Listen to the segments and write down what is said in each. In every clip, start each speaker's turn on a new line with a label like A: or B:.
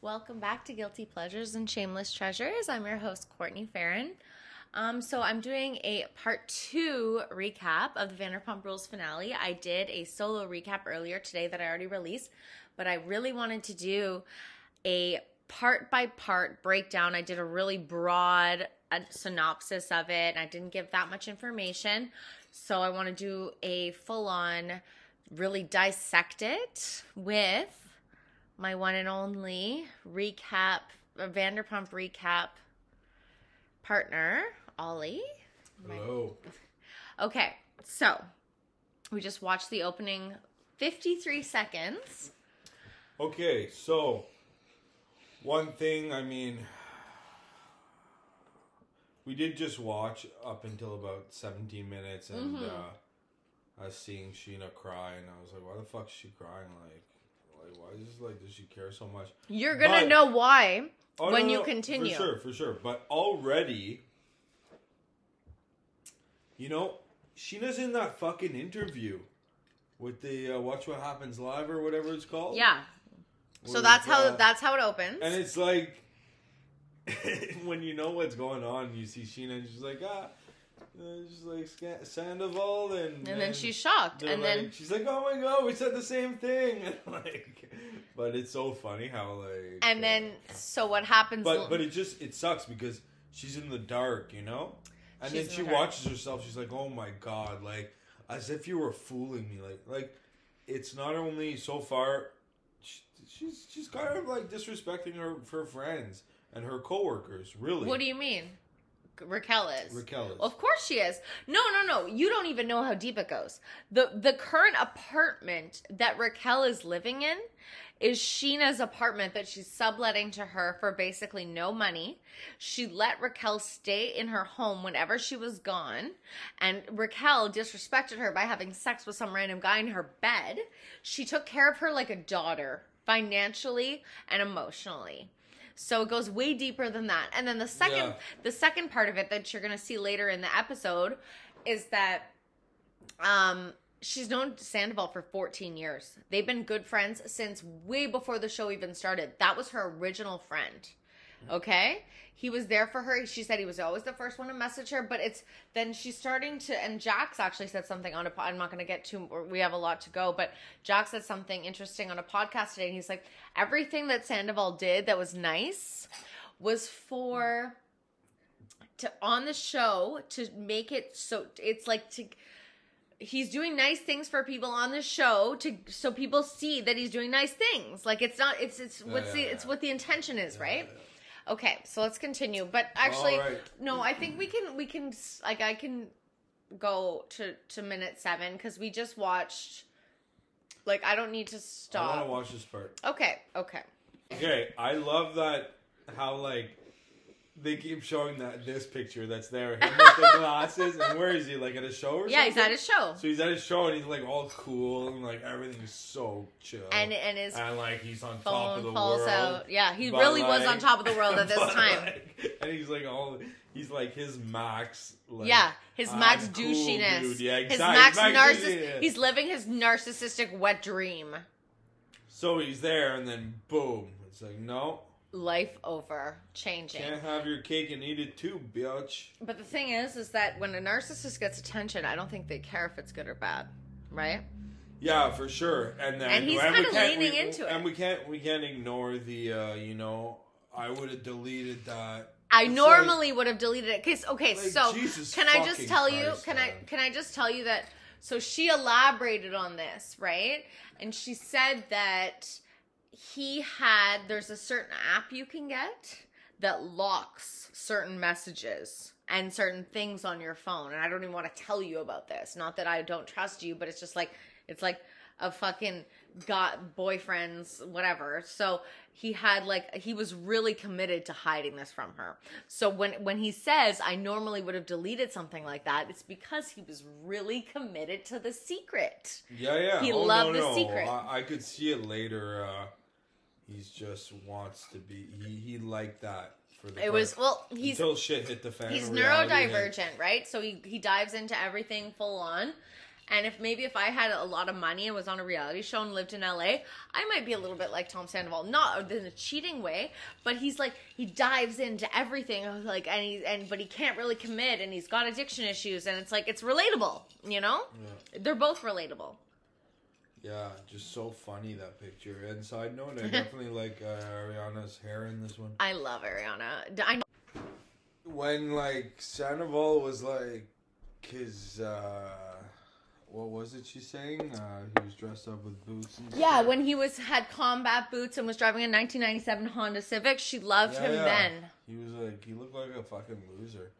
A: Welcome back to Guilty Pleasures and Shameless Treasures. I'm your host, Courtney Farron. Um, so I'm doing a part two recap of the Vanderpump Rules finale. I did a solo recap earlier today that I already released, but I really wanted to do a part by part breakdown. I did a really broad uh, synopsis of it. I didn't give that much information, so I want to do a full on, really dissect it with my one and only recap, uh, Vanderpump recap partner, Ollie.
B: Hello.
A: Okay, so we just watched the opening 53 seconds.
B: Okay, so one thing, I mean, we did just watch up until about 17 minutes, and
A: Mm-hmm.
B: uh, I was seeing Sheena cry, and I was like, why the fuck is she crying? Like, like why is this, like, does she care so much?
A: You're gonna
B: But-
A: know why when
B: Oh, no, no,
A: you
B: no,
A: continue.
B: For sure, for sure. But already, you know, Sheena's in that fucking interview with the uh, Watch What Happens Live or whatever it's called.
A: Yeah. So
B: Where,
A: that's how
B: uh,
A: that's how it opens.
B: Oh. And it's like when you know what's going on, you see Sheena, and she's like, ah, you know, she's like "Sca- Sandoval, and
A: and then she's shocked.
B: they're
A: And then
B: like- she's like, oh my god, we said the same thing, and like, but it's so funny how like,
A: and then so what happens
B: but but it just it sucks because she's in the dark, you know, and
A: She's in
B: then
A: the
B: she
A: dark.
B: watches herself, she's like, oh my god, like as if you were fooling me, like like it's not only so far she, she's she's kind of like disrespecting her her friends and her coworkers. Really,
A: what do you mean? Raquel is.
B: Raquel is.
A: Of course she is. No, no, no. You don't even know how deep it goes. The the current apartment that Raquel is living in is Sheena's apartment that she's subletting to her for basically no money. She let Raquel stay in her home whenever she was gone, and Raquel disrespected her by having sex with some random guy in her bed. She took care of her like a daughter, financially and emotionally. So it goes way deeper than that. And then the second
B: Yeah.
A: the second part of it that you're going to see later in the episode is that um she's known Sandoval for 14 years. They've been good friends since way before the show even started. That was her original friend. Okay? He was there for her. She said he was always the first one to message her, but it's then she's starting to and Jax actually said something on a pod. I'm not going to get too we have a lot to go, but Jax said something interesting on a podcast today and he's like everything that Sandoval did that was nice was for to on the show to make it so it's like to he's doing nice things for people on the show to so people see that he's doing nice things like it's not it's it's what's
B: yeah,
A: the
B: yeah.
A: it's what the intention is right okay so let's continue but actually
B: right.
A: no i think we can we can s- like i can go to to minute seven because we just watched like i don't need to
B: I want
A: stop
B: to watch this part.
A: okay okay
B: Okay, I love that how like they keep showing that this picture that's there him with the glasses and where is he like at a show or
A: yeah he's at
B: something?
A: a show
B: So he's at his show and he's like all cool and like everything's so chill.
A: and and his
B: And, like he's on top of uh, the
A: phone falls
B: world.
A: out yeah he
B: but,
A: really was
B: like-
A: on top of the world at this
B: but,
A: time
B: like- and he's like all he's like his max. Like,
A: yeah, his
B: I'm
A: Max
B: cool,
A: douchiness.
B: dude. Yeah,
A: His
B: exactly.
A: Max
B: douchiness.
A: narcissist. He's living his narcissistic wet dream.
B: so he's there and then boom. It's like no,
A: Life over, changing.
B: can't have your cake and eat it too, bitch.
A: But the thing is, is that when a narcissist gets attention, I don't think they care if it's good or bad, right?
B: Yeah, for sure. And then
A: And he's
B: we
A: kinda
B: can't-
A: leaning
B: we-
A: into it.
B: And we can't we can't ignore the uh, you know I would have deleted that.
A: I
B: It's like-
A: normally would have deleted it because okay,
B: Like,
A: so
B: Jesus
A: can I just
B: fucking
A: tell you?
B: Christ,
A: Can I
B: man.
A: can I just tell you that? So she elaborated on this, right? And she said that he had there's a certain app you can get that locks certain messages and certain things on your phone. And I don't even want to tell you about this. Not that I don't trust you, but it's just like it's like a fucking got boyfriends whatever. So he had like he was really committed to hiding this from her. So when when he says I normally would have deleted something like that, it's because he was really committed to the secret.
B: Yeah, yeah.
A: He
B: Oh,
A: loved the
B: no, no.
A: secret.
B: I, I could see it later. Uh, he's just wants to be. He he liked that for the.
A: It was
B: first-
A: well, he's
B: until shit hit the fan.
A: he's
B: reality hit.
A: neurodivergent, right? So he he dives into everything full on, And if maybe if I had a lot of money and was on a reality show and lived in LA, I might be a little bit like Tom Sandoval, not in a cheating way, but he's like he dives into everything, like and he and but he can't really commit, and he's got addiction issues, and it's like it's relatable, you know? They're both relatable.
B: Yeah, just so funny that picture. And side note, I definitely like uh, Ariana's hair in this one.
A: I love Ariana. D- I know
B: When like Sandoval was like, his uh, what was it she saying? Uh, he was dressed up with boots. And
A: Yeah,
B: stuff.
A: when he was had combat boots and was driving a 1997 Honda Civic, she loved
B: Yeah,
A: him
B: yeah.
A: then.
B: He was like, he looked like a fucking loser.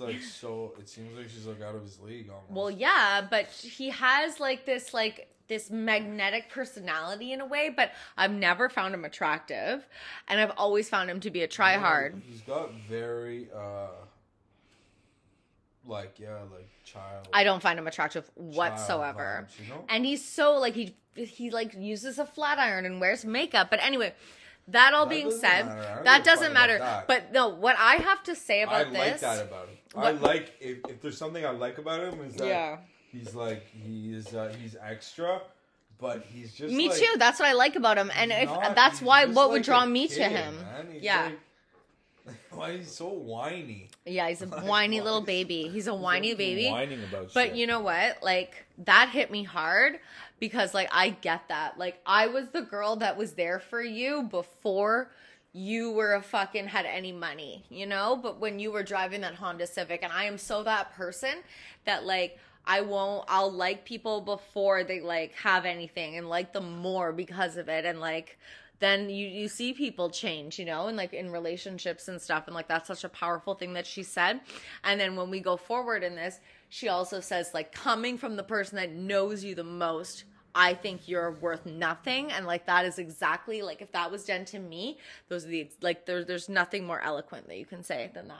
B: like so. It seems like she's like out of his league almost.
A: Well, yeah, but he has like this like this magnetic personality in a way, but I've never found him attractive, and I've always found him to be a
B: Yeah,
A: tryhard.
B: He's got very uh, like yeah, like child.
A: I don't find him attractive
B: child
A: whatsoever.
B: vibes, you know?
A: And he's so like he he like uses a flat iron and wears makeup. But anyway, that all
B: That
A: being
B: doesn't
A: said,
B: matter. I
A: that
B: don't give a fuck
A: doesn't
B: about
A: matter.
B: that.
A: But no, what I have to say
B: I
A: about this,
B: like that about him. I
A: What-
B: like if, if there's something I like about him is that
A: yeah.
B: he's like he is uh, he's extra, but he's just
A: Me
B: like,
A: too. That's what I like about him, and if
B: not-
A: that's
B: he's
A: why
B: just
A: what
B: like
A: would draw
B: a
A: me to
B: kid,
A: him.
B: man. He's
A: Yeah.
B: like- why he's so whiny?
A: Yeah, he's a
B: Like,
A: whiny
B: why
A: little
B: is-
A: baby. He's a whiny
B: He's
A: baby.
B: Whining about
A: But
B: shit.
A: you know what? Like that hit me hard because like I get that. Like I was the girl that was there for you before you were a fucking had any money, you know? But when you were driving that Honda Civic and I am so that person that like I won't I'll like people before they like have anything and like them more because of it and like then you you see people change, you know, and like in relationships and stuff, and like that's such a powerful thing that she said. And then when we go forward in this, she also says like coming from the person that knows you the most. I think you're worth nothing, and like that is exactly like if that was done to me, those are the like there, there's nothing more eloquent that you can say than that.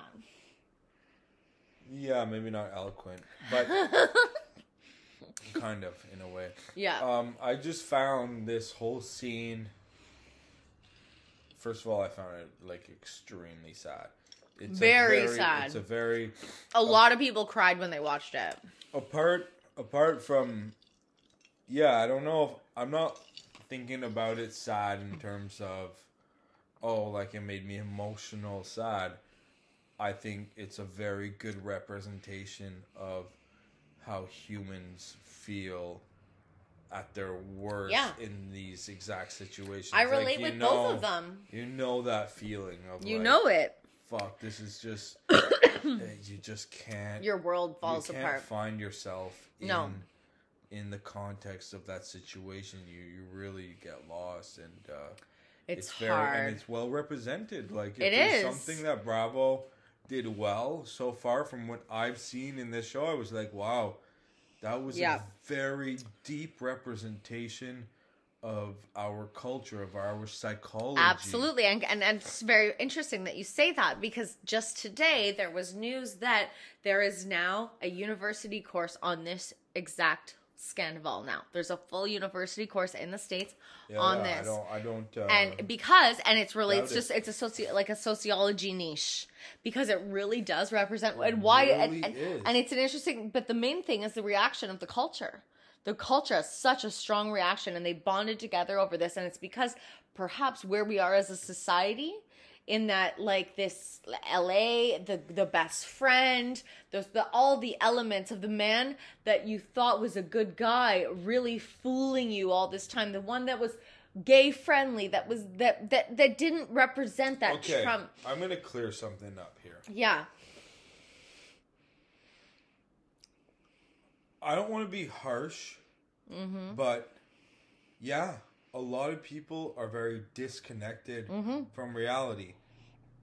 B: yeah, maybe not eloquent, but kind of in a way.
A: Yeah,
B: Um, I just found this whole scene. First of all, I found it like extremely sad. It's a
A: Very sad.
B: It's a very
A: a lot of people cried when they watched it.
B: apart apart from. Yeah, I don't know if I'm not thinking about it sad in terms of, oh, like it made me emotional sad. I think it's a very good representation of how humans feel at their worst
A: Yeah.
B: in these exact situations.
A: I
B: Like,
A: relate
B: you
A: with both
B: know-
A: of them.
B: You know that feeling of
A: You
B: like,
A: know it.
B: fuck, this is just you just can't
A: Your world falls
B: you can't
A: apart.
B: find yourself in,
A: No.
B: in the context of that situation. You you really get lost and uh
A: It's,
B: very
A: hard.
B: and it's well represented. Like
A: It
B: it is
A: is.
B: something that Bravo did well so far from what I've seen in this show. I was like, wow, that was
A: Yeah.
B: a very deep representation of our culture, of our psychology.
A: Absolutely, and, and and it's very interesting that you say that because just today there was news that there is now a university course on this exact scandal. Now there's a full university course in the states
B: Yeah,
A: on
B: yeah,
A: this,
B: I don't. I don't. Uh,
A: and because and it's relates
B: Doubt it.
A: just it's a soci- like a sociology niche because it really does represent and why
B: really
A: and, and,
B: is.
A: and it's an interesting. But the main thing is the reaction of the culture. The culture has such a strong reaction, and they bonded together over this. And it's because perhaps where we are as a society, in that like this LA, the the best friend, the, the all the elements of the man that you thought was a good guy, really fooling you all this time. The one that was gay friendly, that was that that that didn't represent that
B: okay,
A: Trump.
B: I'm gonna clear something up here.
A: Yeah,
B: I don't want to be harsh,
A: Mm-hmm.
B: but yeah, a lot of people are very disconnected
A: Mm-hmm.
B: from reality.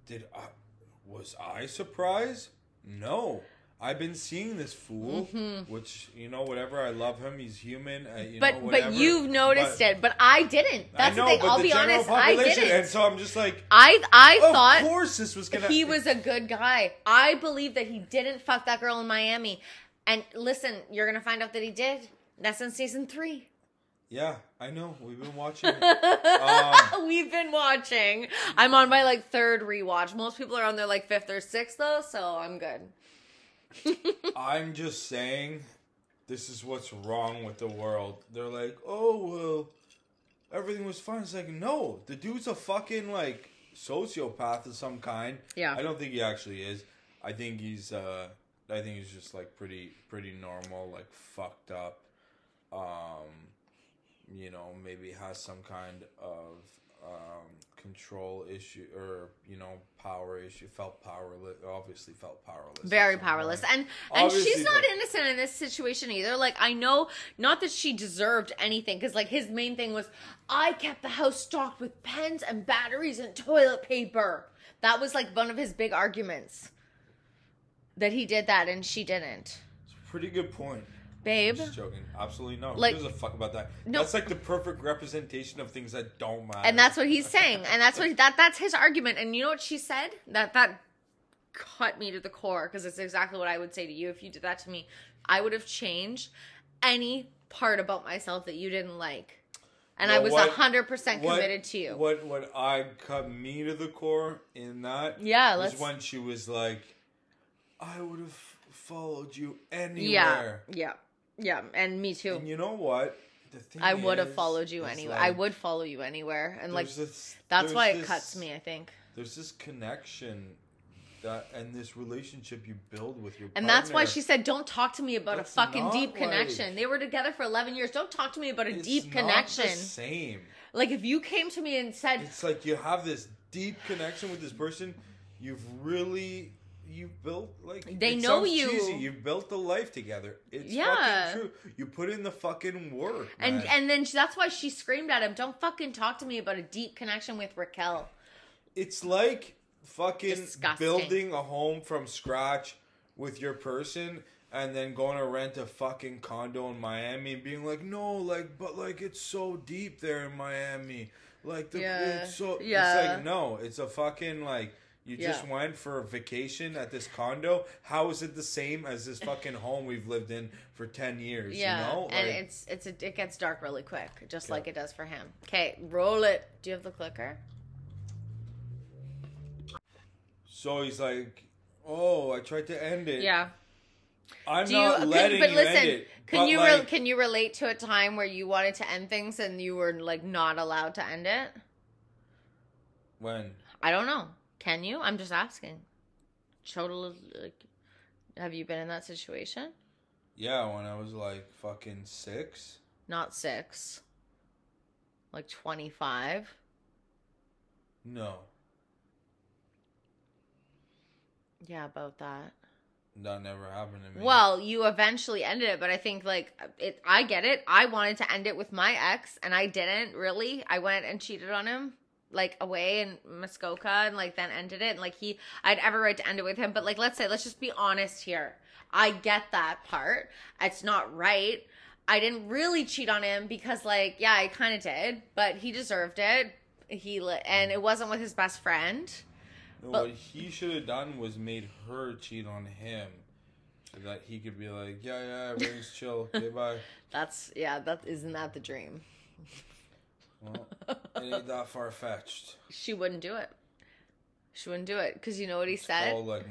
B: Did I was I surprised? No, I've been seeing this fool, which you know, whatever. I love him. He's human. Uh, you know,
A: Mm-hmm. but
B: whatever,
A: but you've noticed
B: but-
A: it, but I didn't.
B: I
A: That's
B: know,
A: the thing.
B: but
A: I'll
B: the
A: be
B: general
A: honest, I
B: population-
A: didn't.
B: And so I'm just like,
A: I I
B: of
A: thought
B: course this was gonna.
A: he was a good guy. I believe that he didn't fuck that girl in Miami. And listen, you're gonna find out that he did. That's in season three.
B: Yeah, I know. We've been watching. it. um,
A: We've been watching. I'm on my like third rewatch. Most people are on their like fifth or sixth though, so I'm good.
B: I'm just saying, this is what's wrong with the world. They're like, oh well, everything was fine. It's like, no, the dude's a fucking like sociopath of some kind.
A: Yeah.
B: I don't think he actually is. I think he's uh I think he's just like pretty pretty normal, like fucked up. Um you know, maybe has some kind of um control issue or, you know, power issue. Felt powerless obviously felt powerless. at
A: very
B: some
A: powerless
B: point.
A: and and
B: Obviously,
A: she's not
B: but-
A: innocent in this situation either like i know not that she deserved anything because like his main thing was i kept the house stocked with pens and batteries and toilet paper that was like one of his big arguments that he did that and she didn't
B: It's a pretty good point.
A: babe
B: Just joking. Absolutely no.
A: Like-
B: Who gives a fuck about that?
A: No.
B: That's like the perfect representation of things that don't matter.
A: and that's what he's saying and that's what that that's his argument and you know what she said that that cut me to the core because it's exactly what i would say to you if you did that to me i would have changed any part about myself that you didn't like and i
B: Well,
A: was a
B: what-
A: 100%
B: What-
A: committed to you
B: What what I cut me to the core in that
A: Yeah,
B: was
A: let's-
B: when she was like, I would have followed you
A: yeah
B: anywhere.
A: yeah yeah and me too
B: And you know what? The thing
A: i would have
B: is,
A: followed you
B: is
A: anywhere
B: like,
A: i would follow you anywhere and like
B: there's this-
A: that's
B: there's
A: why it
B: this-
A: cuts me i think
B: There's this connection that and this relationship you build with your
A: and that's why
B: partner.
A: she said, "Don't talk to me about
B: That's
A: a fucking
B: not
A: deep
B: like-
A: connection." They were together for eleven years. Don't talk to me about a
B: It's
A: deep
B: not
A: connection.
B: The same.
A: Like if you came to me and said,
B: It's like you have this deep connection with this person. You've really you've built like
A: They
B: it
A: know
B: sounds
A: you.
B: Cheesy. You've built the life together. It's
A: Yeah.
B: fucking true. You put in the fucking work.
A: and
B: man.
A: and then she, that's why she screamed at him, "Don't fucking talk to me about a deep connection with Raquel."
B: it's like fucking
A: Disgusting.
B: building a home from scratch with your person and then going to rent a fucking condo in Miami and being like, no, like, but like it's so deep there in Miami. Like, the,
A: Yeah.
B: it's so, it's
A: Yeah.
B: like, no, it's a fucking like, you just
A: Yeah.
B: went for a vacation at this condo. How is it the same as this fucking home we've lived in for 10 years?
A: Yeah,
B: You know?
A: and
B: Like,
A: it's it's a, it gets dark really quick, just like it does for him. Okay, roll it. Do you have the clicker?
B: so he's like, oh, I tried to end it.
A: Yeah.
B: I'm
A: Do you?
B: not
A: Can,
B: letting
A: but
B: you
A: listen,
B: end it.
A: can
B: But,
A: you re-
B: like,
A: can you relate to a time where you wanted to end things and you were like not allowed to end it?
B: When?
A: I don't know. Can you? I'm just asking. Total. Like, have you been in that situation?
B: Yeah, when I was like fucking six.
A: not six, like 25.
B: No,
A: Yeah, about that.
B: that never happened to me.
A: Well, you eventually ended it, but I think like it. I get it. I wanted to end it with my ex, and I didn't really. I went and cheated on him, like away in Muskoka, and like then ended it. And like he, I'd ever right to end it with him, but like let's say, let's just be honest here. I get that part. It's not right. I didn't really cheat on him because like yeah, I kind of did, but he deserved it. He li- and it wasn't with his best friend.
B: No,
A: but-
B: what he should have done was made her cheat on him, so that he could be like, yeah, yeah, everything's chill. Okay, bye.
A: That's yeah. That isn't that the dream.
B: Well, it ain't that far fetched.
A: she wouldn't do it. She wouldn't do it because you know what he said.
B: All like,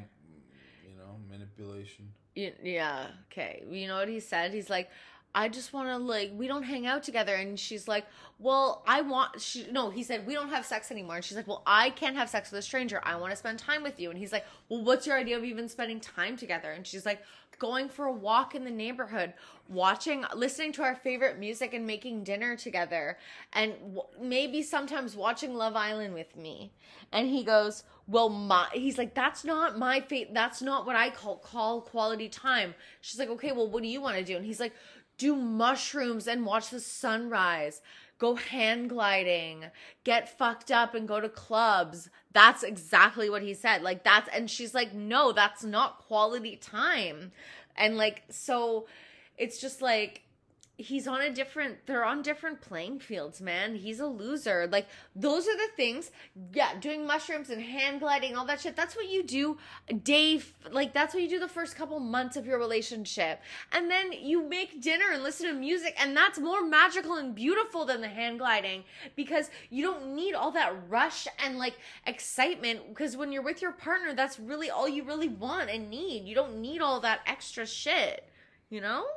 B: you know, manipulation.
A: You- yeah, okay. You know what he said? He's like, I just want to like we don't hang out together, and she's like, Well, I want. She no, he said we don't have sex anymore, and she's like, Well, I can't have sex with a stranger. I want to spend time with you, and he's like, Well, what's your idea of even spending time together? And she's like, Going for a walk in the neighborhood, watching, listening to our favorite music, and making dinner together, and w- maybe sometimes watching Love Island with me. And he goes, well my he's like that's not my fate that's not what i call call quality time she's like okay well what do you want to do and he's like do mushrooms and watch the sunrise go hand gliding get fucked up and go to clubs that's exactly what he said like that's and she's like no that's not quality time and like so it's just like he's on a different they're on different playing fields man he's a loser like those are the things yeah doing mushrooms and hand gliding all that shit that's what you do day f- like that's what you do the first couple months of your relationship and then you make dinner and listen to music and that's more magical and beautiful than the hand gliding because you don't need all that rush and like excitement because when you're with your partner that's really all you really want and need you don't need all that extra shit you know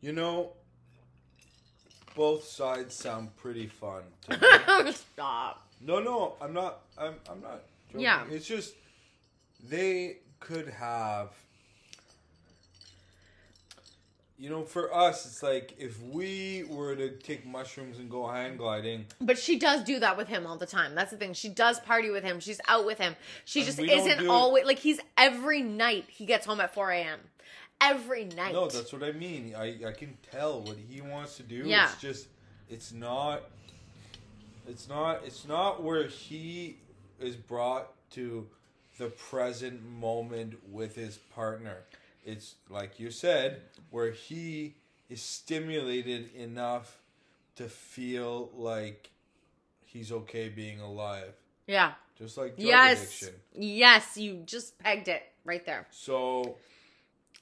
B: You know, both sides sound pretty fun. To me.
A: Stop.
B: no, no, I'm not. I'm. I'm not. Joking.
A: Yeah.
B: It's just they could have. You know, for us, it's like if we were to take mushrooms and go hang gliding,
A: But she does do that with him all the time. That's the thing. She does party with him. She's out with him. She
B: And
A: just
B: we don't
A: isn't
B: do-
A: always like he's every night. He gets home at four a.m. Every night.
B: No, that's what I mean. I, I can tell what he wants to do.
A: Yeah.
B: It's just it's not it's not it's not where he is brought to the present moment with his partner. It's like you said, where he is stimulated enough to feel like he's okay being alive.
A: yeah.
B: Just like drug
A: Yes.
B: addiction.
A: Yes. You just pegged it right there.
B: So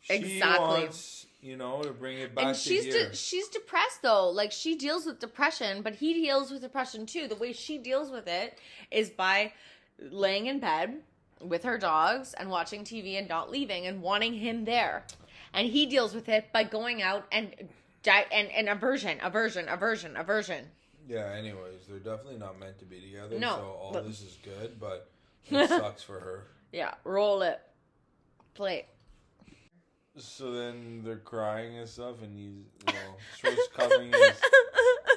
B: she
A: Exactly.
B: wants, you know, to bring it back
A: and she's
B: to here.
A: de- she's depressed though. Like she deals with depression, but he deals with depression too. The way she deals with it is by laying in bed with her dogs and watching TV and not leaving and wanting him there. And he deals with it by going out and di- and and aversion, aversion, aversion, aversion.
B: Yeah, anyways, they're definitely not meant to be together.
A: No,
B: so all
A: but-
B: this is good, but it sucks for her.
A: Yeah, roll it. Play. it.
B: So then they're crying and stuff, and he's, you know, Schwartz covering his.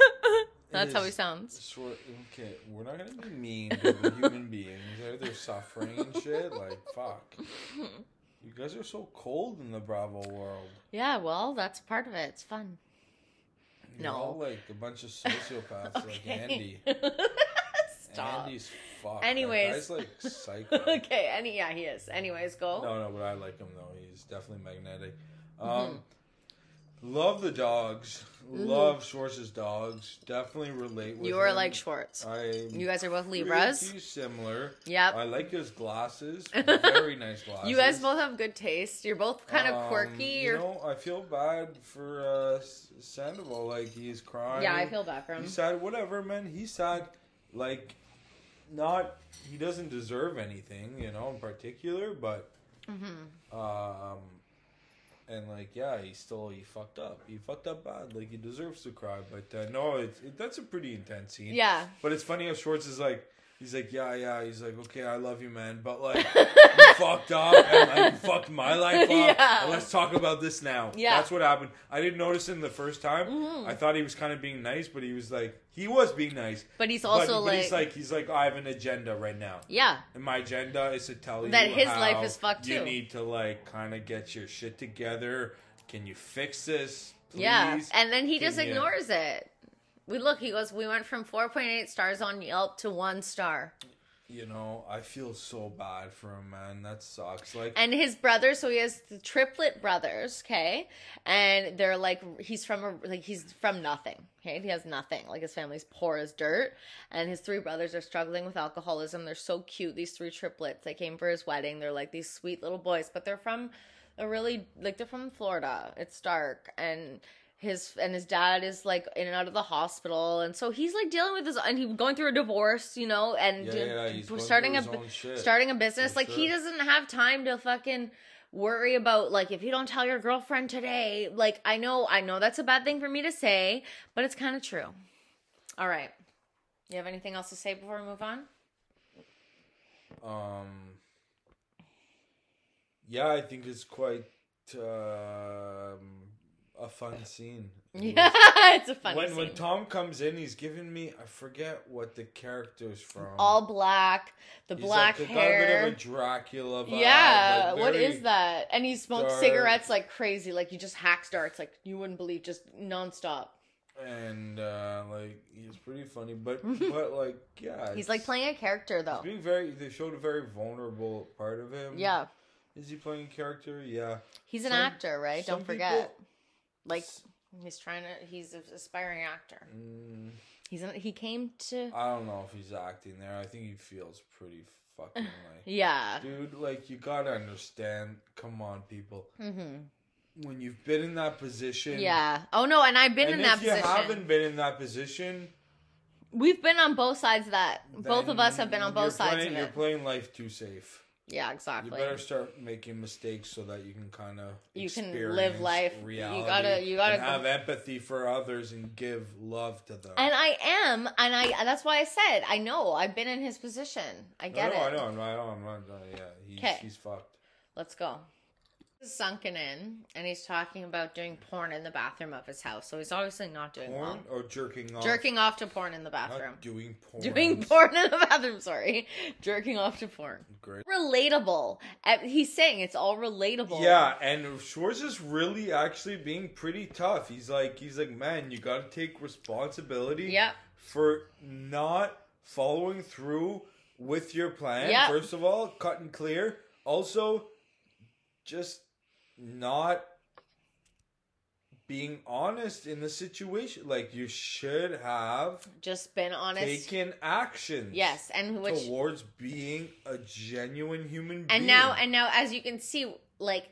A: That's how he
B: his-
A: sounds.
B: Schwar- okay, we're not gonna be mean to the human beings. They're, they're suffering and shit. Like, fuck. You guys are so cold in the Bravo world.
A: Yeah, well, that's part of it. It's fun.
B: You're all,
A: No.
B: like a bunch of sociopaths, like Andy.
A: Stop.
B: Andy's fucked.
A: Anyways.
B: That guy's like psycho.
A: okay, any yeah, he is. Anyways, go.
B: No, no, but I like him though. He's definitely magnetic.
A: Mm-hmm.
B: Um, Love the dogs. Love Schwartz's dogs. Definitely relate with.
A: you are
B: him.
A: like Schwartz.
B: I.
A: You guys are both Libras.
B: Pretty similar.
A: Yep.
B: I like his glasses. Very nice glasses.
A: You guys both have good taste. You're both kind of
B: Um,
A: quirky.
B: You
A: You're
B: know, I feel bad for uh, S- Sandoval. Like he's crying.
A: yeah, I feel bad for him.
B: He's sad. Whatever, man. He's sad. Like, not. He doesn't deserve anything, you know, in particular. But, um, and like, yeah, he still he fucked up. He fucked up bad. Like, he deserves to cry. But uh, no, it's it, that's a pretty intense scene.
A: Yeah.
B: But it's funny how Schwartz is like. He's like, yeah, yeah. He's like, okay, I love you, man, but like, you fucked up, and like, you fucked my life up.
A: Yeah.
B: and Let's talk about this now.
A: Yeah. Mm-hmm.
B: That's what happened. I didn't notice him the first time. I thought he was kind of being nice, but he was like, he was being nice.
A: But he's also
B: but he's
A: like-
B: like, he's like, I have an agenda right now.
A: Yeah.
B: And my agenda is to tell you
A: That his
B: how
A: life is fucked,
B: You
A: too.
B: need to like kind of get your shit together. Can you fix this? Please?
A: Yeah. And then he
B: Can
A: just
B: you-
A: ignores it. We look, he goes, we went from 4.8 stars on Yelp to one star.
B: you know, I feel so bad for him, man. That sucks. Like,
A: And his brother, so he has the triplet brothers, okay? And they're like, he's from a, like, he's from nothing, okay? He has nothing. Like, his family's poor as dirt. And his three brothers are struggling with alcoholism. They're so cute, these three triplets. They came for his wedding. They're like these sweet little boys, but they're from a really, like, they're from Florida. It's dark. And, his and his dad is like in and out of the hospital and so he's like dealing with his and he's going through a divorce you know and
B: Yeah, yeah, he's going
A: starting
B: through
A: a
B: his own shit.
A: starting a business
B: For
A: like he
B: sure.
A: doesn't have time to fucking worry about like if you don't tell your girlfriend today like i know i know that's a bad thing for me to say but it's kind of true all right you have anything else to say before we move on
B: Um, yeah, I think it's quite um, a fun scene.
A: yeah it's a funny
B: when
A: scene.
B: when Tom comes in, he's giving me I forget what the character's from.
A: all black the
B: He's
A: black
B: like, they Got a
A: hair
B: bit of a Dracula. Vibe,
A: yeah
B: like,
A: what
B: very-
A: is that and he smoked
B: dark.
A: cigarettes like crazy like you just hack darts like you wouldn't believe just nonstop
B: And uh, like he's pretty funny, but but like yeah,
A: he's like
B: it's-
A: playing a character though
B: He's being very. They showed a very vulnerable part of him.
A: yeah
B: Is he playing a character? Yeah.
A: he's an
B: Some-
A: actor right
B: some
A: don't forget
B: people-
A: like he's trying to he's an aspiring actor
B: Mm,
A: he's an, he came to
B: I don't know if he's acting there. I think he feels pretty fucking like.
A: yeah
B: Dude, like you gotta understand. Come on, people.
A: hmm
B: When you've been in that position,
A: yeah oh no and i've been
B: and
A: in
B: if
A: that
B: you
A: position
B: haven't been in that position,
A: we've been on both sides of that both of us have been on
B: then you're
A: both sides
B: playing-
A: of
B: You're
A: it
B: playing life too safe.
A: Yeah,
B: You
A: exactly.
B: better start making mistakes so that you can kind of
A: You can live life. You gotta- you gotta-
B: have empathy for others and give love to them.
A: And I am, and I. That's why I said I know. I've been in his position. I
B: No,
A: get
B: no,
A: it.
B: I know, I know, I know, I'm not, no, yeah, he's,
A: 'Kay.
B: he's fucked.
A: Let's go. He's Sunken in, and he's talking about doing porn in the bathroom of his house. So he's obviously not doing
B: Porn
A: well.
B: or jerking off?
A: Jerking off to porn in the
B: Not
A: bathroom.
B: doing porn.
A: Doing porn in the bathroom, sorry. Jerking off to porn.
B: Great.
A: Relatable. Uh, He's saying it's all relatable.
B: Yeah, and Schwartz is really actually being pretty tough. He's like, he's like, man, you got to take responsibility
A: Yep.
B: for not following through with your plan.
A: Yep.
B: First of all, cut and clear. Also, just not being honest in the situation. Like you should have
A: Just been honest.
B: taken action.
A: yes, and which
B: towards being a genuine human being.
A: and now and now as you can see like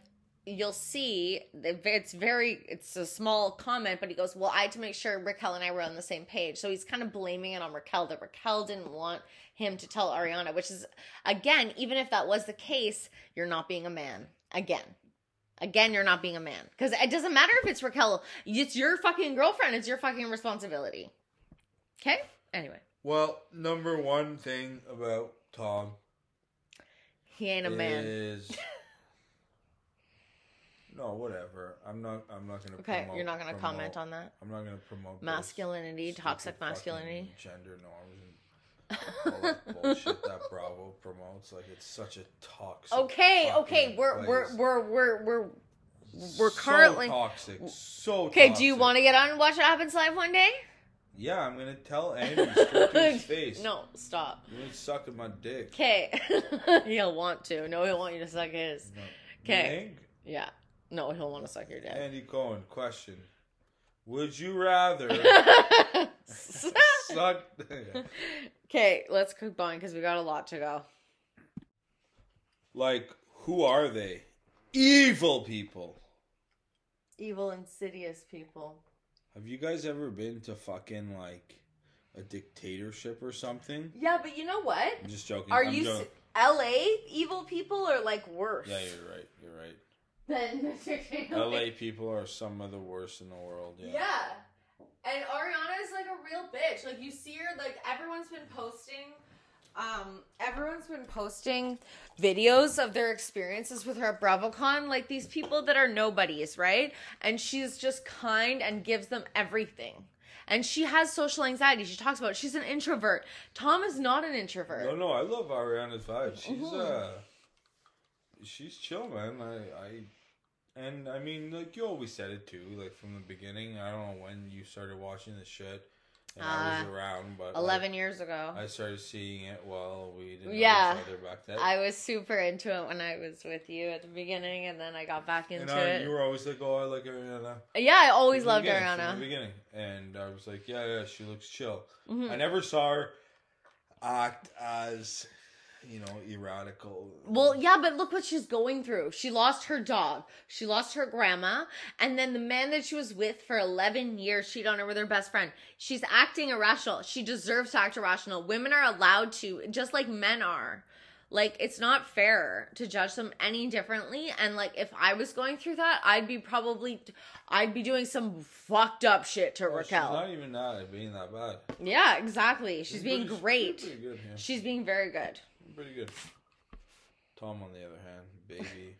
A: you'll see that it's very it's a small comment but he goes well i had to make sure raquel and i were on the same page so he's kind of blaming it on raquel that raquel didn't want him to tell ariana which is again even if that was the case you're not being a man again again you're not being a man because it doesn't matter if it's raquel it's your fucking girlfriend it's your fucking responsibility okay anyway
B: Well, number one thing about Tom
A: he ain't a man
B: is no, whatever. I'm not. I'm not gonna.
A: okay
B: promote-
A: you're not gonna
B: promote-
A: comment on that
B: I'm not gonna promote this
A: masculinity
B: stupid
A: toxic
B: fucking
A: masculinity
B: Gender norms and all that bullshit that Bravo promotes. Like it's such a toxic.
A: Okay,
B: fucking
A: okay, we're we're
B: place.
A: we're we're we're we're
B: So
A: currently
B: toxic. So
A: okay. Do you want to get on and watch What Happens Live one day?
B: Yeah, I'm gonna tell Andy straight to his face.
A: No, stop.
B: you ain't sucking my dick.
A: Okay, he'll want to. No, he'll want you to suck his.
B: No. You
A: 'Kay.
B: think?
A: Yeah. No, he'll want to suck your dick.
B: Andy Cohen, question. Would you rather suck
A: okay, let's keep going because we got a lot to go.
B: like who are they? Evil people.
A: Evil, insidious people.
B: Have you guys ever been to fucking like a dictatorship or something?
A: Yeah, but you know what?
B: I'm just joking.
A: Are
B: I'm
A: you
B: joking.
A: s- L.A. evil people or like worse?
B: Yeah, you're right. You're right.
A: Than Mr.
B: LA people are some of the worst in the world. Yeah.
A: Yeah. And Ariana is like a real bitch. Like you see her like everyone's been posting um everyone's been posting videos of their experiences with her at BravoCon like these people that are nobodies, right? And she's just kind and gives them everything. And she has social anxiety. She talks about it. she's an introvert. Tom is not an introvert.
B: No, no, I love Ariana's vibe. She's
A: Mm-hmm.
B: uh, she's chill, man. I, I, and I mean, like you always said it too, like from the beginning. I don't know when you started watching this shit, and I was
A: Uh,
B: around, but like,
A: 11 years ago.
B: I started seeing it while we didn't know
A: Yeah.
B: each other back then.
A: I was super into it when I was with you at the beginning and then I got back
B: and
A: into
B: I,
A: it.
B: you were always like, "Oh, I like Ariana."
A: Yeah, I always
B: From the
A: loved
B: beginning,
A: Ariana.
B: From the beginning, and I was like, "Yeah, yeah, she looks chill."
A: Mhm.
B: I never saw her act as, you know, erratical.
A: Well, yeah, but look what she's going through. She lost her dog. She lost her grandma. And then the man that she was with for 11 years cheated on her with her best friend. She's acting irrational. She deserves to act irrational. Women are allowed to, just like men are. Like, it's not fair to judge them any differently. And, like, if I was going through that, I'd be probably, I'd be doing some fucked up shit to
B: Oh, she's
A: Raquel.
B: not even that at being that bad.
A: yeah, exactly. She's being
B: pretty-
A: great.
B: Pretty good, yeah.
A: She's being very good.
B: Pretty good. Tom, on the other hand, baby.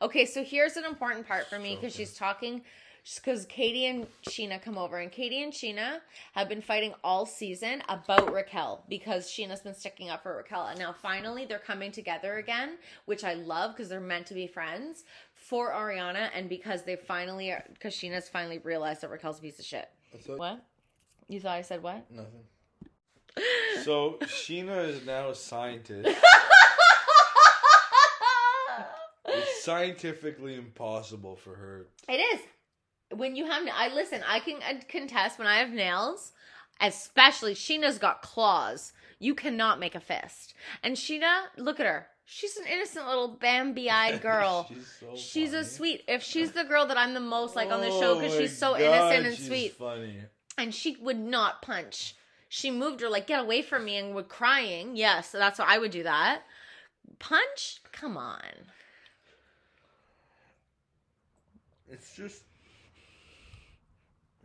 A: okay, so here's an important part for me
B: So
A: because she's talking because Katie and Sheena come over, and Katie and Sheena have been fighting all season about Raquel because Sheena's been sticking up for Raquel, and now finally they're coming together again, which I love because they're meant to be friends for Ariana, and because they finally are because Sheena's finally realized that Raquel's a piece of shit.
B: I thought
A: What? You thought I said what?
B: nothing. So Sheena is now a scientist. It's scientifically impossible for her.
A: It is. When you have, I listen. I can uh, contest when I have nails, especially Sheena's got claws. You cannot make a fist. And Sheena, look at her. She's an innocent little Bambi-eyed girl.
B: she's so
A: she's a
B: funny.
A: sweet. If she's the girl that I'm the most like on the show
B: Oh
A: because
B: my
A: she's so
B: God,
A: innocent and
B: she's
A: sweet,
B: Funny.
A: and she would not punch. She moved her like get away from me and would crying. Yes, that's why I would do that. punch? Come on.
B: It's just,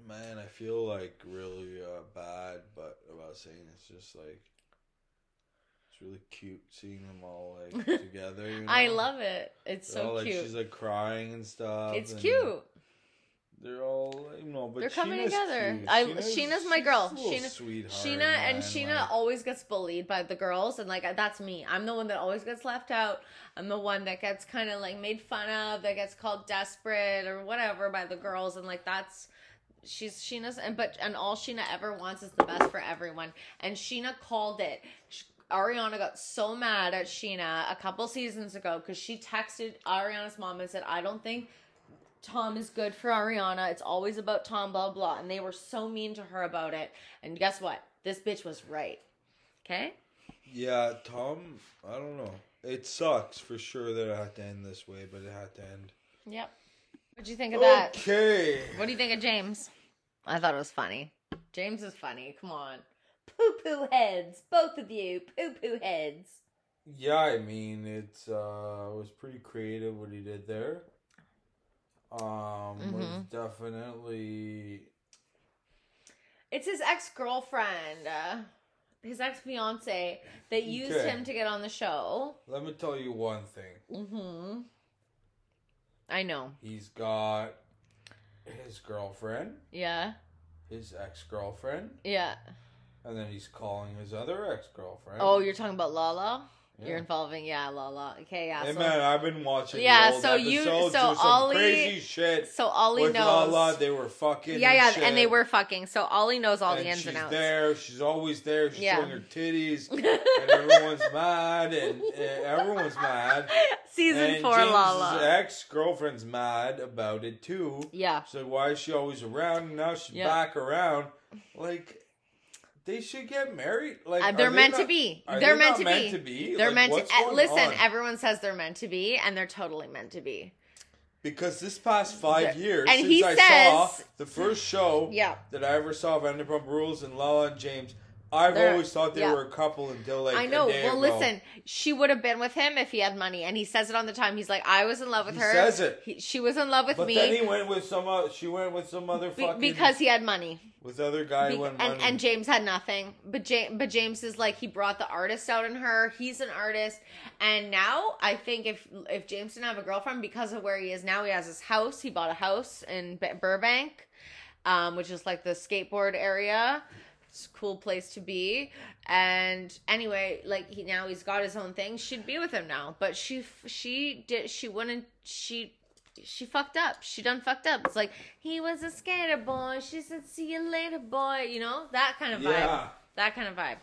B: man, I feel like really uh, bad, but about saying it's just like, it's really cute seeing them all like together. you
A: I
B: know?
A: love it. It's
B: They're all,
A: so
B: like,
A: cute.
B: She's like crying and stuff.
A: It's
B: and
A: cute.
B: They're all like, no, but
A: They're coming
B: Sheena's
A: together.
B: cute.
A: I-
B: Sheena's,
A: Sheena's my
B: she's
A: girl.
B: a little
A: Sheena-
B: sweetheart,
A: Sheena
B: man,
A: and Sheena
B: like-
A: always gets bullied by the girls, and like that's me. I'm the one that always gets left out. I'm the one that gets kind of like made fun of, that gets called desperate or whatever by the girls, and like that's she's Sheena's and but and all Sheena ever wants is the best for everyone. And Sheena called it. Sh Ariana got so mad at Sheena a couple seasons ago because she texted Ariana's mom and said, "I don't think." Tom is good for Ariana. It's always about Tom, blah, blah. And they were so mean to her about it. And guess what? This bitch was right. Okay?
B: Yeah, Tom. I don't know. It sucks for sure that it had to end this way, but it had to end.
A: Yep. What'd you think of that?
B: Okay.
A: What do you think of James? I thought it was funny. James is funny. Come on. Poo poo heads. Both of you. Poo poo heads.
B: Yeah, I mean it's uh it was pretty creative what he did there. Um was
A: Mhm.
B: definitely
A: It's his ex girlfriend, uh, his ex fiance that used
B: Okay.
A: him to get on the show.
B: let me tell you one thing.
A: hmm. I know.
B: He's got his girlfriend,
A: Yeah.
B: his ex girlfriend,
A: Yeah.
B: and then he's calling his other ex girlfriend.
A: Oh, you're talking about Lala?
B: yeah.
A: You're involving, yeah, la la. Okay, yeah.
B: Hey
A: so,
B: man, I've been watching
A: Yeah,
B: the old
A: so you-
B: episodes.
A: so
B: There's some
A: Ollie-
B: crazy shit
A: so Ollie
B: with
A: knows.
B: Lala, they were fucking
A: yeah, yeah,
B: and,
A: and they
B: shit.
A: were fucking. So Ollie knows all
B: and
A: the ins
B: she's
A: and outs.
B: there. She's always there. She's
A: Yeah.
B: showing her titties, and everyone's mad, and, and everyone's mad.
A: Season
B: and
A: four,
B: James's
A: Lala.
B: ex girlfriend's mad about it too.
A: Yeah,
B: So why is she always around? And now she's
A: Yeah.
B: back around. Like they should get married. Like
A: Uh,
B: are
A: they're
B: they
A: meant to
B: not-
A: be.
B: are
A: They're
B: they
A: meant
B: not
A: to
B: meant
A: be.
B: to be.
A: They're
B: Like,
A: meant
B: what's
A: to.
B: going
A: Listen,
B: on?
A: everyone says they're meant to be, and they're totally meant to be.
B: because this past five
A: The-
B: years,
A: and
B: since
A: he
B: I saw
A: says-
B: the first show
A: Yeah.
B: that I ever saw of Vanderpump Rules and Lala and James, I've
A: They're-
B: always thought they
A: yeah.
B: were a couple until like
A: I know.
B: A day
A: Well,
B: ago.
A: listen, she would have been with him if he had money, and he says it on the time. He's like, "I was in love with
B: He
A: her.
B: says it.
A: He- she was in love with
B: But
A: me
B: then he went with some. o- She went with some other
A: be-
B: fucking
A: because he had money."
B: with other guy
A: Be-
B: who went
A: and,
B: money.
A: and James had nothing, but James, but James is like he brought the artist out in her. He's an artist, and now I think if if James didn't have a girlfriend because of where he is now, he has his house. He bought a house in B- Burbank, um, which is like the skateboard area. It's a cool place to be. And anyway, like he now he's got his own thing. She'd be with him now, but she f- she did she wouldn't she she fucked up. She done fucked up. It's like he was a skater boy. She said, "See you later, boy." You know that kind of vibe.
B: yeah,
A: That kind of vibe.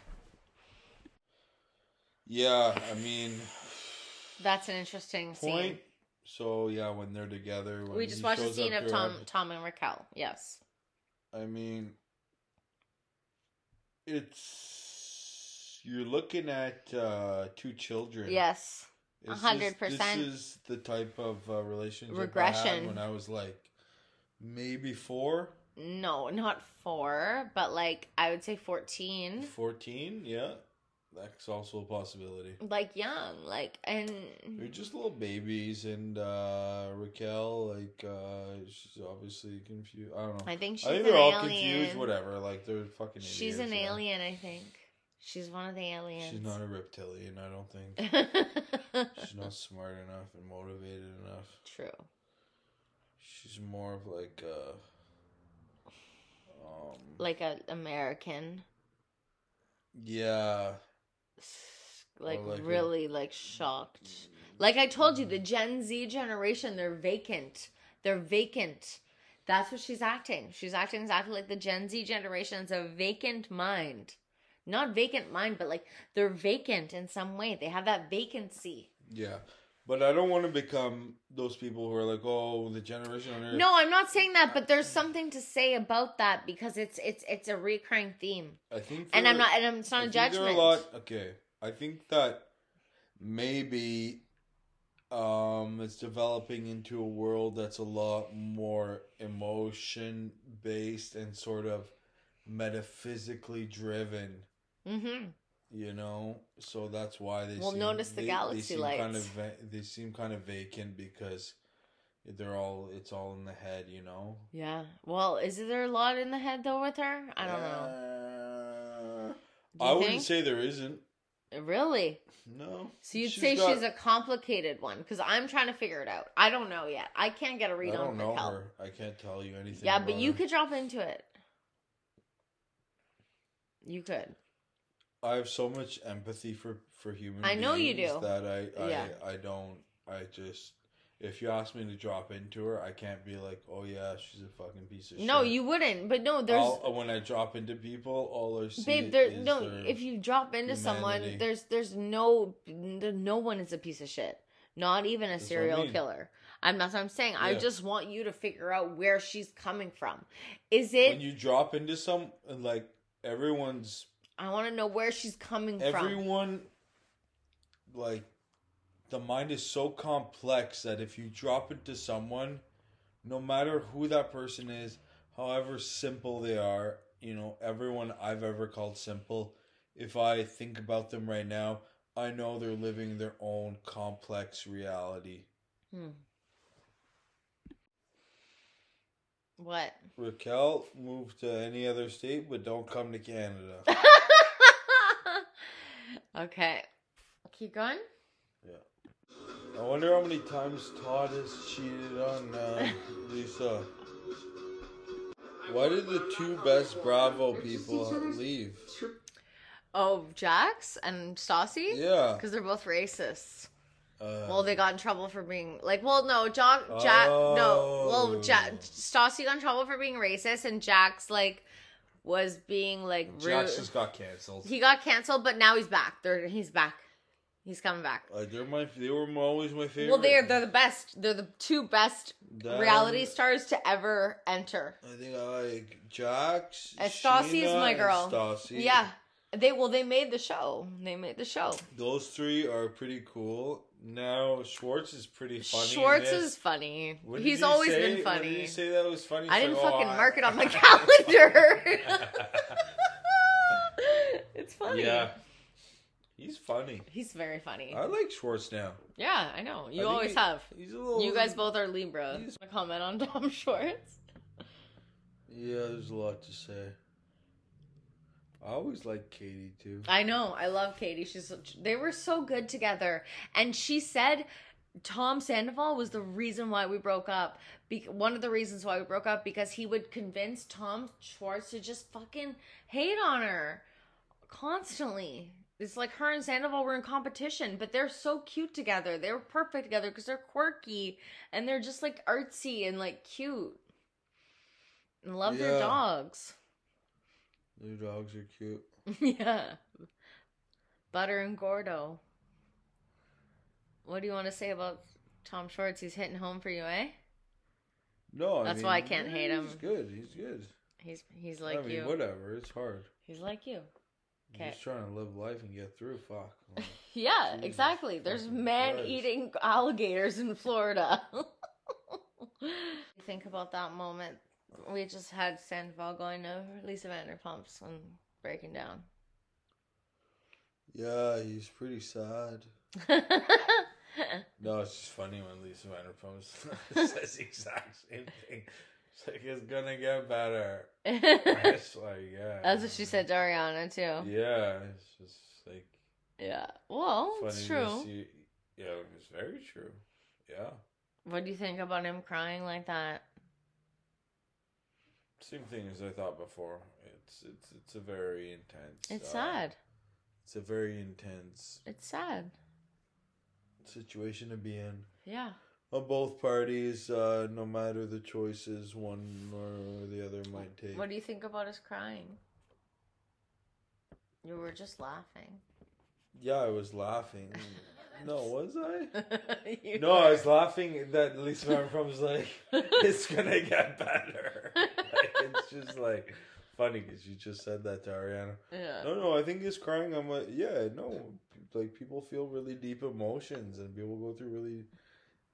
B: yeah. I mean,
A: That's an interesting
B: point.
A: scene.
B: So yeah, when they're together, when
A: We just
B: he
A: watched a
B: shows up
A: scene of
B: to
A: Tom,
B: her-
A: Tom and Raquel. Yes.
B: I mean, it's you're looking at uh, two children.
A: Yes.
B: This is-
A: 100%.
B: This is the type of uh, relationship I had
A: Regression.
B: when I was like maybe four,
A: No, not four, but like I would say fourteen.
B: 14, Yeah, that's also a possibility.
A: like young, like and
B: They're just little babies, and uh, Raquel, like, uh, she's obviously confused. I don't know.
A: I think she's
B: I think
A: an
B: they're all
A: alien.
B: confused. Whatever. Like they're fucking.
A: She's an
B: idiots, yeah.
A: alien, I think. She's one of the aliens.
B: She's not a reptilian. I don't think. She's not smart enough and motivated enough.
A: True.
B: She's more of like a. Um,
A: Like an American,
B: yeah.
A: like,
B: Oh, like a- Mm.
A: really like shocked. Like I told you, the Gen Z generation, they're vacant. They're vacant. That's what she's acting. She's acting exactly like the Gen Z generation. It's a vacant mind. Not vacant mind, but like they're vacant in some way. They have that vacancy.
B: Yeah. But I don't want to become those people who are like, oh, the generation on earth.
A: No, I'm not saying that, but there's something to say about that because it's it's it's a recurring theme,
B: I think.
A: and I'm
B: they're-
A: not and I'm, it's not
B: I
A: a
B: think they're
A: judgment.
B: A lot, okay. I think that maybe um it's developing into a world that's a lot more emotion based and sort of metaphysically driven
A: Mm-hmm.
B: You know, so that's why they.
A: Well,
B: seem,
A: notice the
B: they- they
A: galaxy
B: seem Kind of,
A: lights.
B: va- they seem kind of vacant because they're all. It's all in the head, you know.
A: Yeah. Well, is there a lot in the head though with her? I don't know.
B: know.
A: Do you
B: I wouldn't
A: think?
B: say there isn't.
A: Really?
B: No.
A: So you'd
B: She's
A: say
B: got-
A: she's a complicated one because I'm trying to figure it out. I don't know yet. I can't get a read
B: I don't
A: on
B: know
A: Raquel.
B: her. I can't tell you anything.
A: Yeah, but
B: about
A: you
B: her.
A: could drop into it. You could.
B: I have so much empathy for for human.
A: I know you
B: beings
A: do.
B: That I I,
A: Yeah.
B: I don't. I just if you ask me to drop into her, I can't be like, oh yeah, she's a fucking piece of shit.
A: No, you wouldn't. But no, there's
B: All, when I drop into people, all I see
A: babe. There
B: is
A: no.
B: their-
A: If you drop into
B: humanity.
A: someone, there's there's no there- no one is a piece of shit. Not even a
B: what I
A: serial
B: mean.
A: killer. I'm that's what I'm saying. I
B: Yeah.
A: just want you to figure out where she's coming from. Is
B: when
A: it?
B: you drop into some like everyone's
A: I want to know where she's coming from.
B: everyone like the mind is so complex that if you drop it to someone no matter who that person is however simple they are you know everyone i've ever called simple if i think about them right now i know they're living their own complex reality
A: Hmm. What?
B: raquel move to any other state but don't come to canada
A: okay. Keep going.
B: i wonder how many times todd has cheated on uh, lisa Why did the two best Bravo people leave?
A: Oh, Jax and Stassi?
B: Yeah.
A: Because they're both racists.
B: Uh,
A: Well, they got in trouble for being like, well, no, Jack, Jack, no, well, Jack,
B: Oh.
A: Stassi got in trouble for being racist, and Jax like was being like rude.
B: Jax just got canceled.
A: He got canceled, but now he's back. They're he's back. He's coming back.
B: Like Uh, they're my, they were my- always my favorite.
A: Well, they're they're the best. They're the two best
B: Them-
A: reality stars to ever enter.
B: I think I like Jax.
A: And Stassi is
B: Sheena,
A: my
B: and
A: girl.
B: Stassi.
A: Yeah, they well they made the show. They made the show.
B: Those three are pretty cool. Now Schwartz is pretty funny. in
A: Schwartz
B: this.
A: is funny.
B: What did
A: He's
B: you
A: always
B: say?
A: been
B: What
A: funny.
B: did you say that was funny?
A: I
B: It's
A: didn't
B: like, oh,
A: fucking
B: I-
A: mark it on my calendar. it's funny.
B: yeah, he's funny.
A: He's very funny.
B: I like Schwartz now.
A: yeah, I know.
B: I
A: You
B: think
A: always
B: he-
A: have.
B: He's a little.
A: You guys both are Libra.
B: he's-
A: A comment on Tom Schwartz.
B: Yeah, there's a lot to say. I always like Katie too.
A: I know. I love Katie. She's they were so good together, and she said Tom Sandoval was the reason why we broke up. Be- one of the reasons why we broke up because he would convince Tom Schwartz to just fucking hate on her constantly. It's like her and Sandoval were in competition, but they're so cute together. They were perfect together because they're quirky and they're just like artsy and like cute. And love their
B: Yeah.
A: dogs.
B: Their dogs are cute.
A: yeah. Butter and Gordo. What do you want to say about Tom Schwartz? He's hitting home for you, eh?
B: No, I
A: That's
B: mean,
A: why I can't
B: yeah,
A: hate him.
B: He's good. He's good.
A: He's he's like
B: I mean,
A: you.
B: whatever. It's hard.
A: He's like you.
B: He's
A: Okay.
B: Just trying to live life and get through. Fuck.
A: Yeah,
B: Jesus
A: exactly. There's
B: fucking
A: man
B: Christ.
A: eating alligators in Florida. Think about that moment. We just had Sandoval going over Lisa Vanderpump's and breaking down.
B: yeah, he's pretty sad. No, it's just funny when Lisa Vanderpump says the exact same thing. It's like it's gonna get better.
A: That's
B: It's like yeah.
A: what she said to Ariana too.
B: Yeah, it's just like
A: Yeah. Well,
B: funny
A: Oh, it's
B: to
A: true.
B: see. Yeah, it's very true. Yeah.
A: What do you think about him crying like that?
B: Same thing as I thought before. It's it's it's a very intense.
A: It's
B: uh,
A: sad.
B: It's a very intense
A: It's sad.
B: situation to be in.
A: Yeah.
B: On both parties, uh, no matter the choices one or the other might take.
A: What do you think about his crying? You were just laughing.
B: yeah, I was laughing. no, was I?
A: You
B: No, I
A: were.
B: was laughing that Lisa Vanderpump was like, "It's gonna get better." Like, it's just like funny because you just said that to Ariana.
A: Yeah.
B: No, no, I think it's crying. I'm like, yeah, no, like people feel really deep emotions and people go through really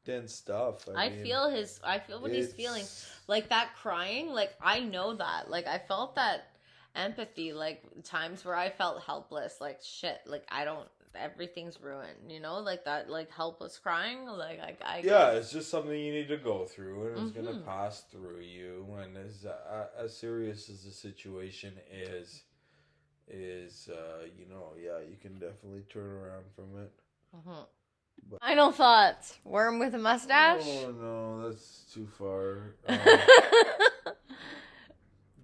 B: dense stuff.
A: I
B: mean,
A: feel his. I feel what he's
B: it's-
A: feeling. Like that crying. Like I know that. Like I felt that empathy, like times where I felt helpless, like shit, like I don't, everything's ruined, you know, like that, like helpless crying, like I, I
B: yeah, it's just something you need to go through, and it's gonna
A: Mhm.
B: pass through you. And as uh, as serious as the situation is, is uh, you know, yeah, you can definitely turn around from it.
A: Mhm.
B: But-
A: Final thoughts: worm with a mustache.
B: Oh no, that's too far. Uh,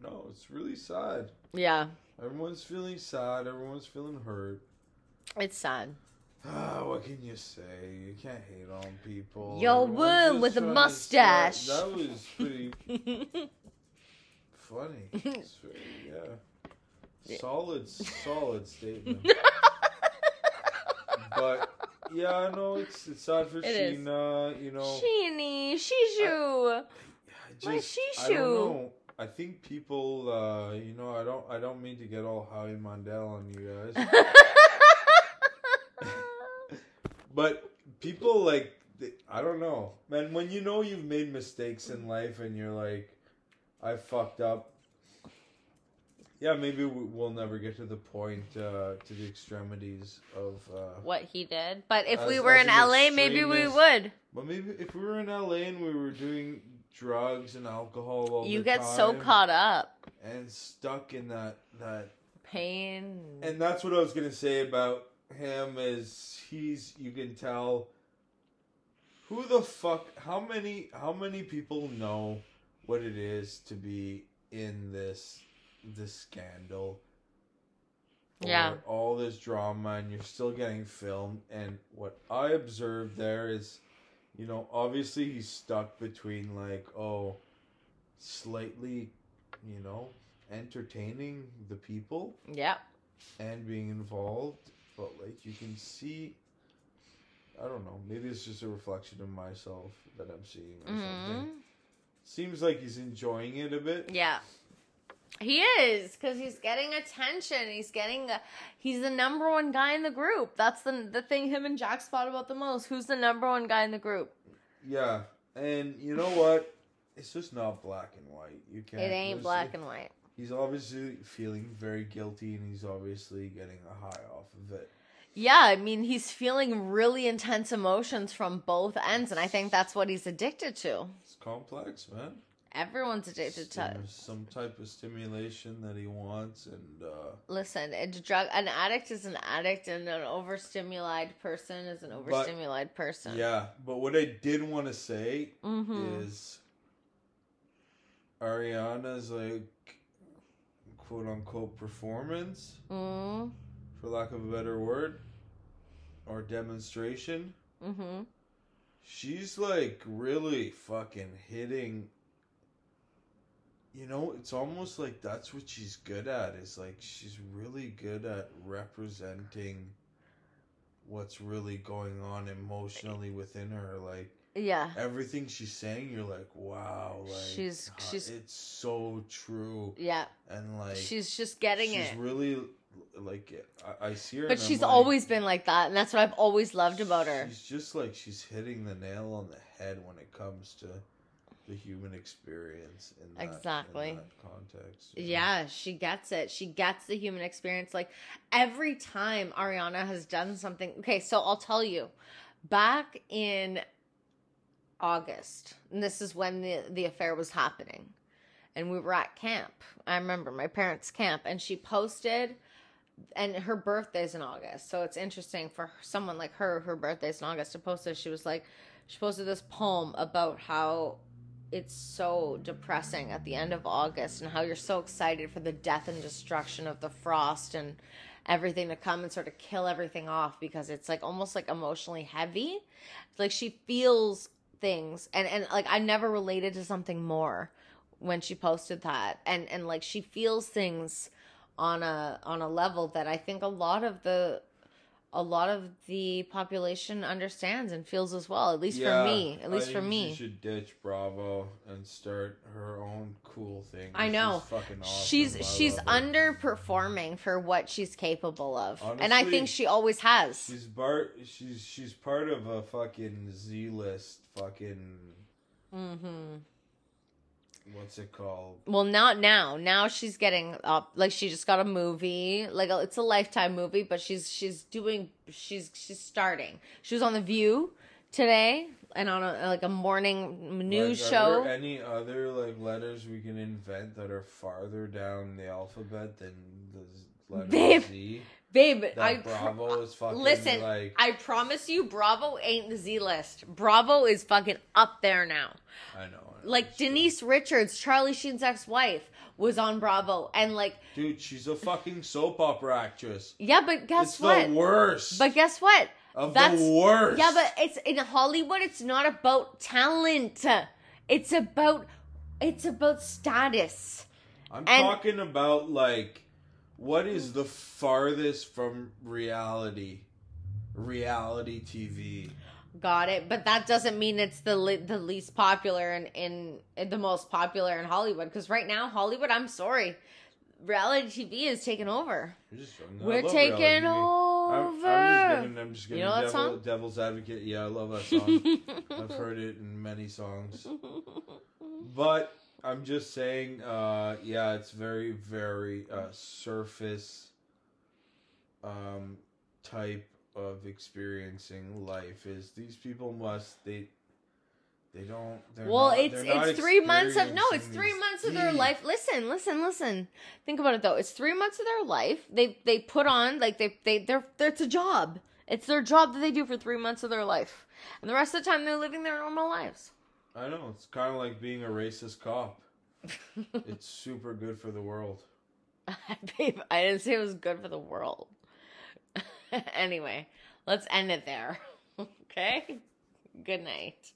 B: no, it's really sad.
A: yeah,
B: Everyone's feeling sad. Everyone's feeling hurt.
A: it's sad.
B: Ah, what can you say? You can't hate on people.
A: Yo,
B: Everyone's
A: worm
B: just
A: with a
B: trying to
A: mustache.
B: start- That was pretty funny. It's very, yeah. Solid, solid statement. But yeah, I know it's it's sad for
A: It is.
B: Sheena. You know,
A: Sheeny, Shishu.
B: I
A: my
B: just I
A: shishu.
B: don't know. I think people, uh, you know, I don't I don't mean to get all Howie Mandel on you guys, but people like they- I don't know, man. When you know you've made mistakes in life and you're like, I fucked up. Yeah, maybe we- we'll never get to the point uh, to the extremities of. Uh,
A: what he did, but if we
B: As-
A: were
B: as
A: in
B: an
A: LA, maybe we
B: extremist,
A: would.
B: But maybe if we were in LA and we were doing drugs and alcohol all
A: You
B: the
A: get so
B: time
A: caught up,
B: and stuck in that that
A: pain.
B: and that's what I was gonna say about him is he's you can tell who the fuck how many how many people know what it is to be in this this scandal or
A: Yeah.
B: all this drama and you're still getting filmed and what I observed there is you know obviously he's stuck between like oh slightly you know entertaining the people
A: Yep.
B: and being involved, but like you can see, I don't know, maybe it's just a reflection of myself that I'm seeing or something.
A: Mhm.
B: Seems like he's enjoying it a bit.
A: Yeah. He is because he's getting attention. He's getting, he's the number one guy in the group. That's the the thing him and Jack spot about the most. Who's the number one guy in the group?
B: Yeah, and you know what? It's just not black and white. You can't.
A: it ain't
B: there's-
A: black and white.
B: He's obviously feeling very guilty, and he's obviously getting a high off of it.
A: Yeah, I mean he's feeling really intense emotions from both ends, and I think that's what he's addicted to.
B: It's complex, man.
A: Everyone's addicted to.
B: There's some type of stimulation that he wants, and uh,
A: Listen, a drug an addict is an addict, and an overstimulated person is an overstimulated person.
B: yeah. But what I did want to say
A: Mm-hmm.
B: is Ariana's like quote unquote performance,
A: mm
B: for lack of a better word, or demonstration.
A: Mm-hmm.
B: She's like really fucking hitting. You know, it's almost like that's what she's good at. Is like she's really good at representing what's really going on emotionally within her. Like
A: Yeah.
B: everything she's saying, you're like, wow, like
A: She's-
B: huh,
A: she's-
B: it's so true,
A: Yeah.
B: and like
A: she's just getting
B: she's
A: it.
B: really like I, I see her,
A: but
B: and I'm
A: she's
B: like,
A: always been like that, and that's what I've always loved about her.
B: She's just like she's hitting the nail on the head when it comes to the human experience in that, in
A: Exactly.
B: that context. you know?
A: Yeah, she gets it. She gets the human experience. Like every time Ariana has done something. Okay, so I'll tell you. Back in August, and this is when the, the affair was happening, and we were at camp. I remember my parents' camp, and she posted, and her birthday's in August. So it's interesting for someone like her, her birthday's in August, to post this. She was like, she posted this poem about how it's so depressing at the end of August and how you're so excited for the death and destruction of the frost and everything to come and sort of kill everything off because it's like almost like emotionally heavy. Like she feels things and and like I never related to something more when she posted that and and like she feels things on a on a level that I think a lot of the a lot of the population understands and feels as well at least
B: Yeah,
A: for me at
B: I
A: least for
B: think she
A: me
B: should ditch Bravo and start her own cool thing.
A: I know.
B: She's fucking awesome.
A: she's
B: I
A: she's
B: love her.
A: underperforming for what she's capable of and i
B: Honestly,
A: think she always has
B: She's bar. She's she's part of a fucking Z list fucking
A: mm-hmm
B: what's it called?
A: Well, not now. Now she's getting up. Like she just got a movie. Like it's a lifetime movie, but she's she's doing she's she's starting. She was on the View today and on a, like a morning news
B: Like,
A: show.
B: Are there any other like letters we can invent that are farther down the alphabet than the z- letter
A: Babe,
B: Z?
A: Babe,
B: That
A: I pro-
B: Bravo is fucking
A: listen.
B: like
A: I promise you, Bravo ain't the Z list. Bravo is fucking up there now.
B: I, know. I know,
A: Like
B: it's true.
A: Denise Richards, Charlie Sheen's ex-wife, was on Bravo, and like
B: Dude, she's a fucking soap opera actress.
A: yeah, but guess
B: it's
A: what?
B: the worst.
A: But guess what?
B: of the worst.
A: Yeah, but it's in Hollywood. It's not about talent. It's about it's about status.
B: I'm
A: and-
B: talking about like what is the farthest from reality? Reality TV.
A: Got it. But that doesn't mean it's the le- the least popular and in, in the most popular in Hollywood. Because right now, Hollywood, I'm sorry, reality TV is taking over.
B: You're just- I
A: We're
B: love
A: taking
B: reality TV. I'm, I'm just
A: over.
B: gonna, I'm just
A: You
B: gonna
A: know that
B: devil,
A: song?
B: devil's advocate. Yeah, I love that song. I've heard it in many songs. But I'm just saying, uh, yeah, it's very, very uh, surface um, type of experiencing life. Is these people must they they don't. They're
A: well,
B: not-
A: it's
B: they're not
A: it's three months of no, it's
B: experiencing
A: three
B: these
A: months of their
B: deep-
A: life. Listen, listen, listen. Think about it though. It's three months of their life. They they put on like they they they're it's a job. It's their job that they do for three months of their life, and the rest of the time they're living their normal lives.
B: I know it's kind of like being a racist cop. it's super good for the world.
A: Babe, I didn't say it was good for the world. anyway, let's end it there. okay. Good night.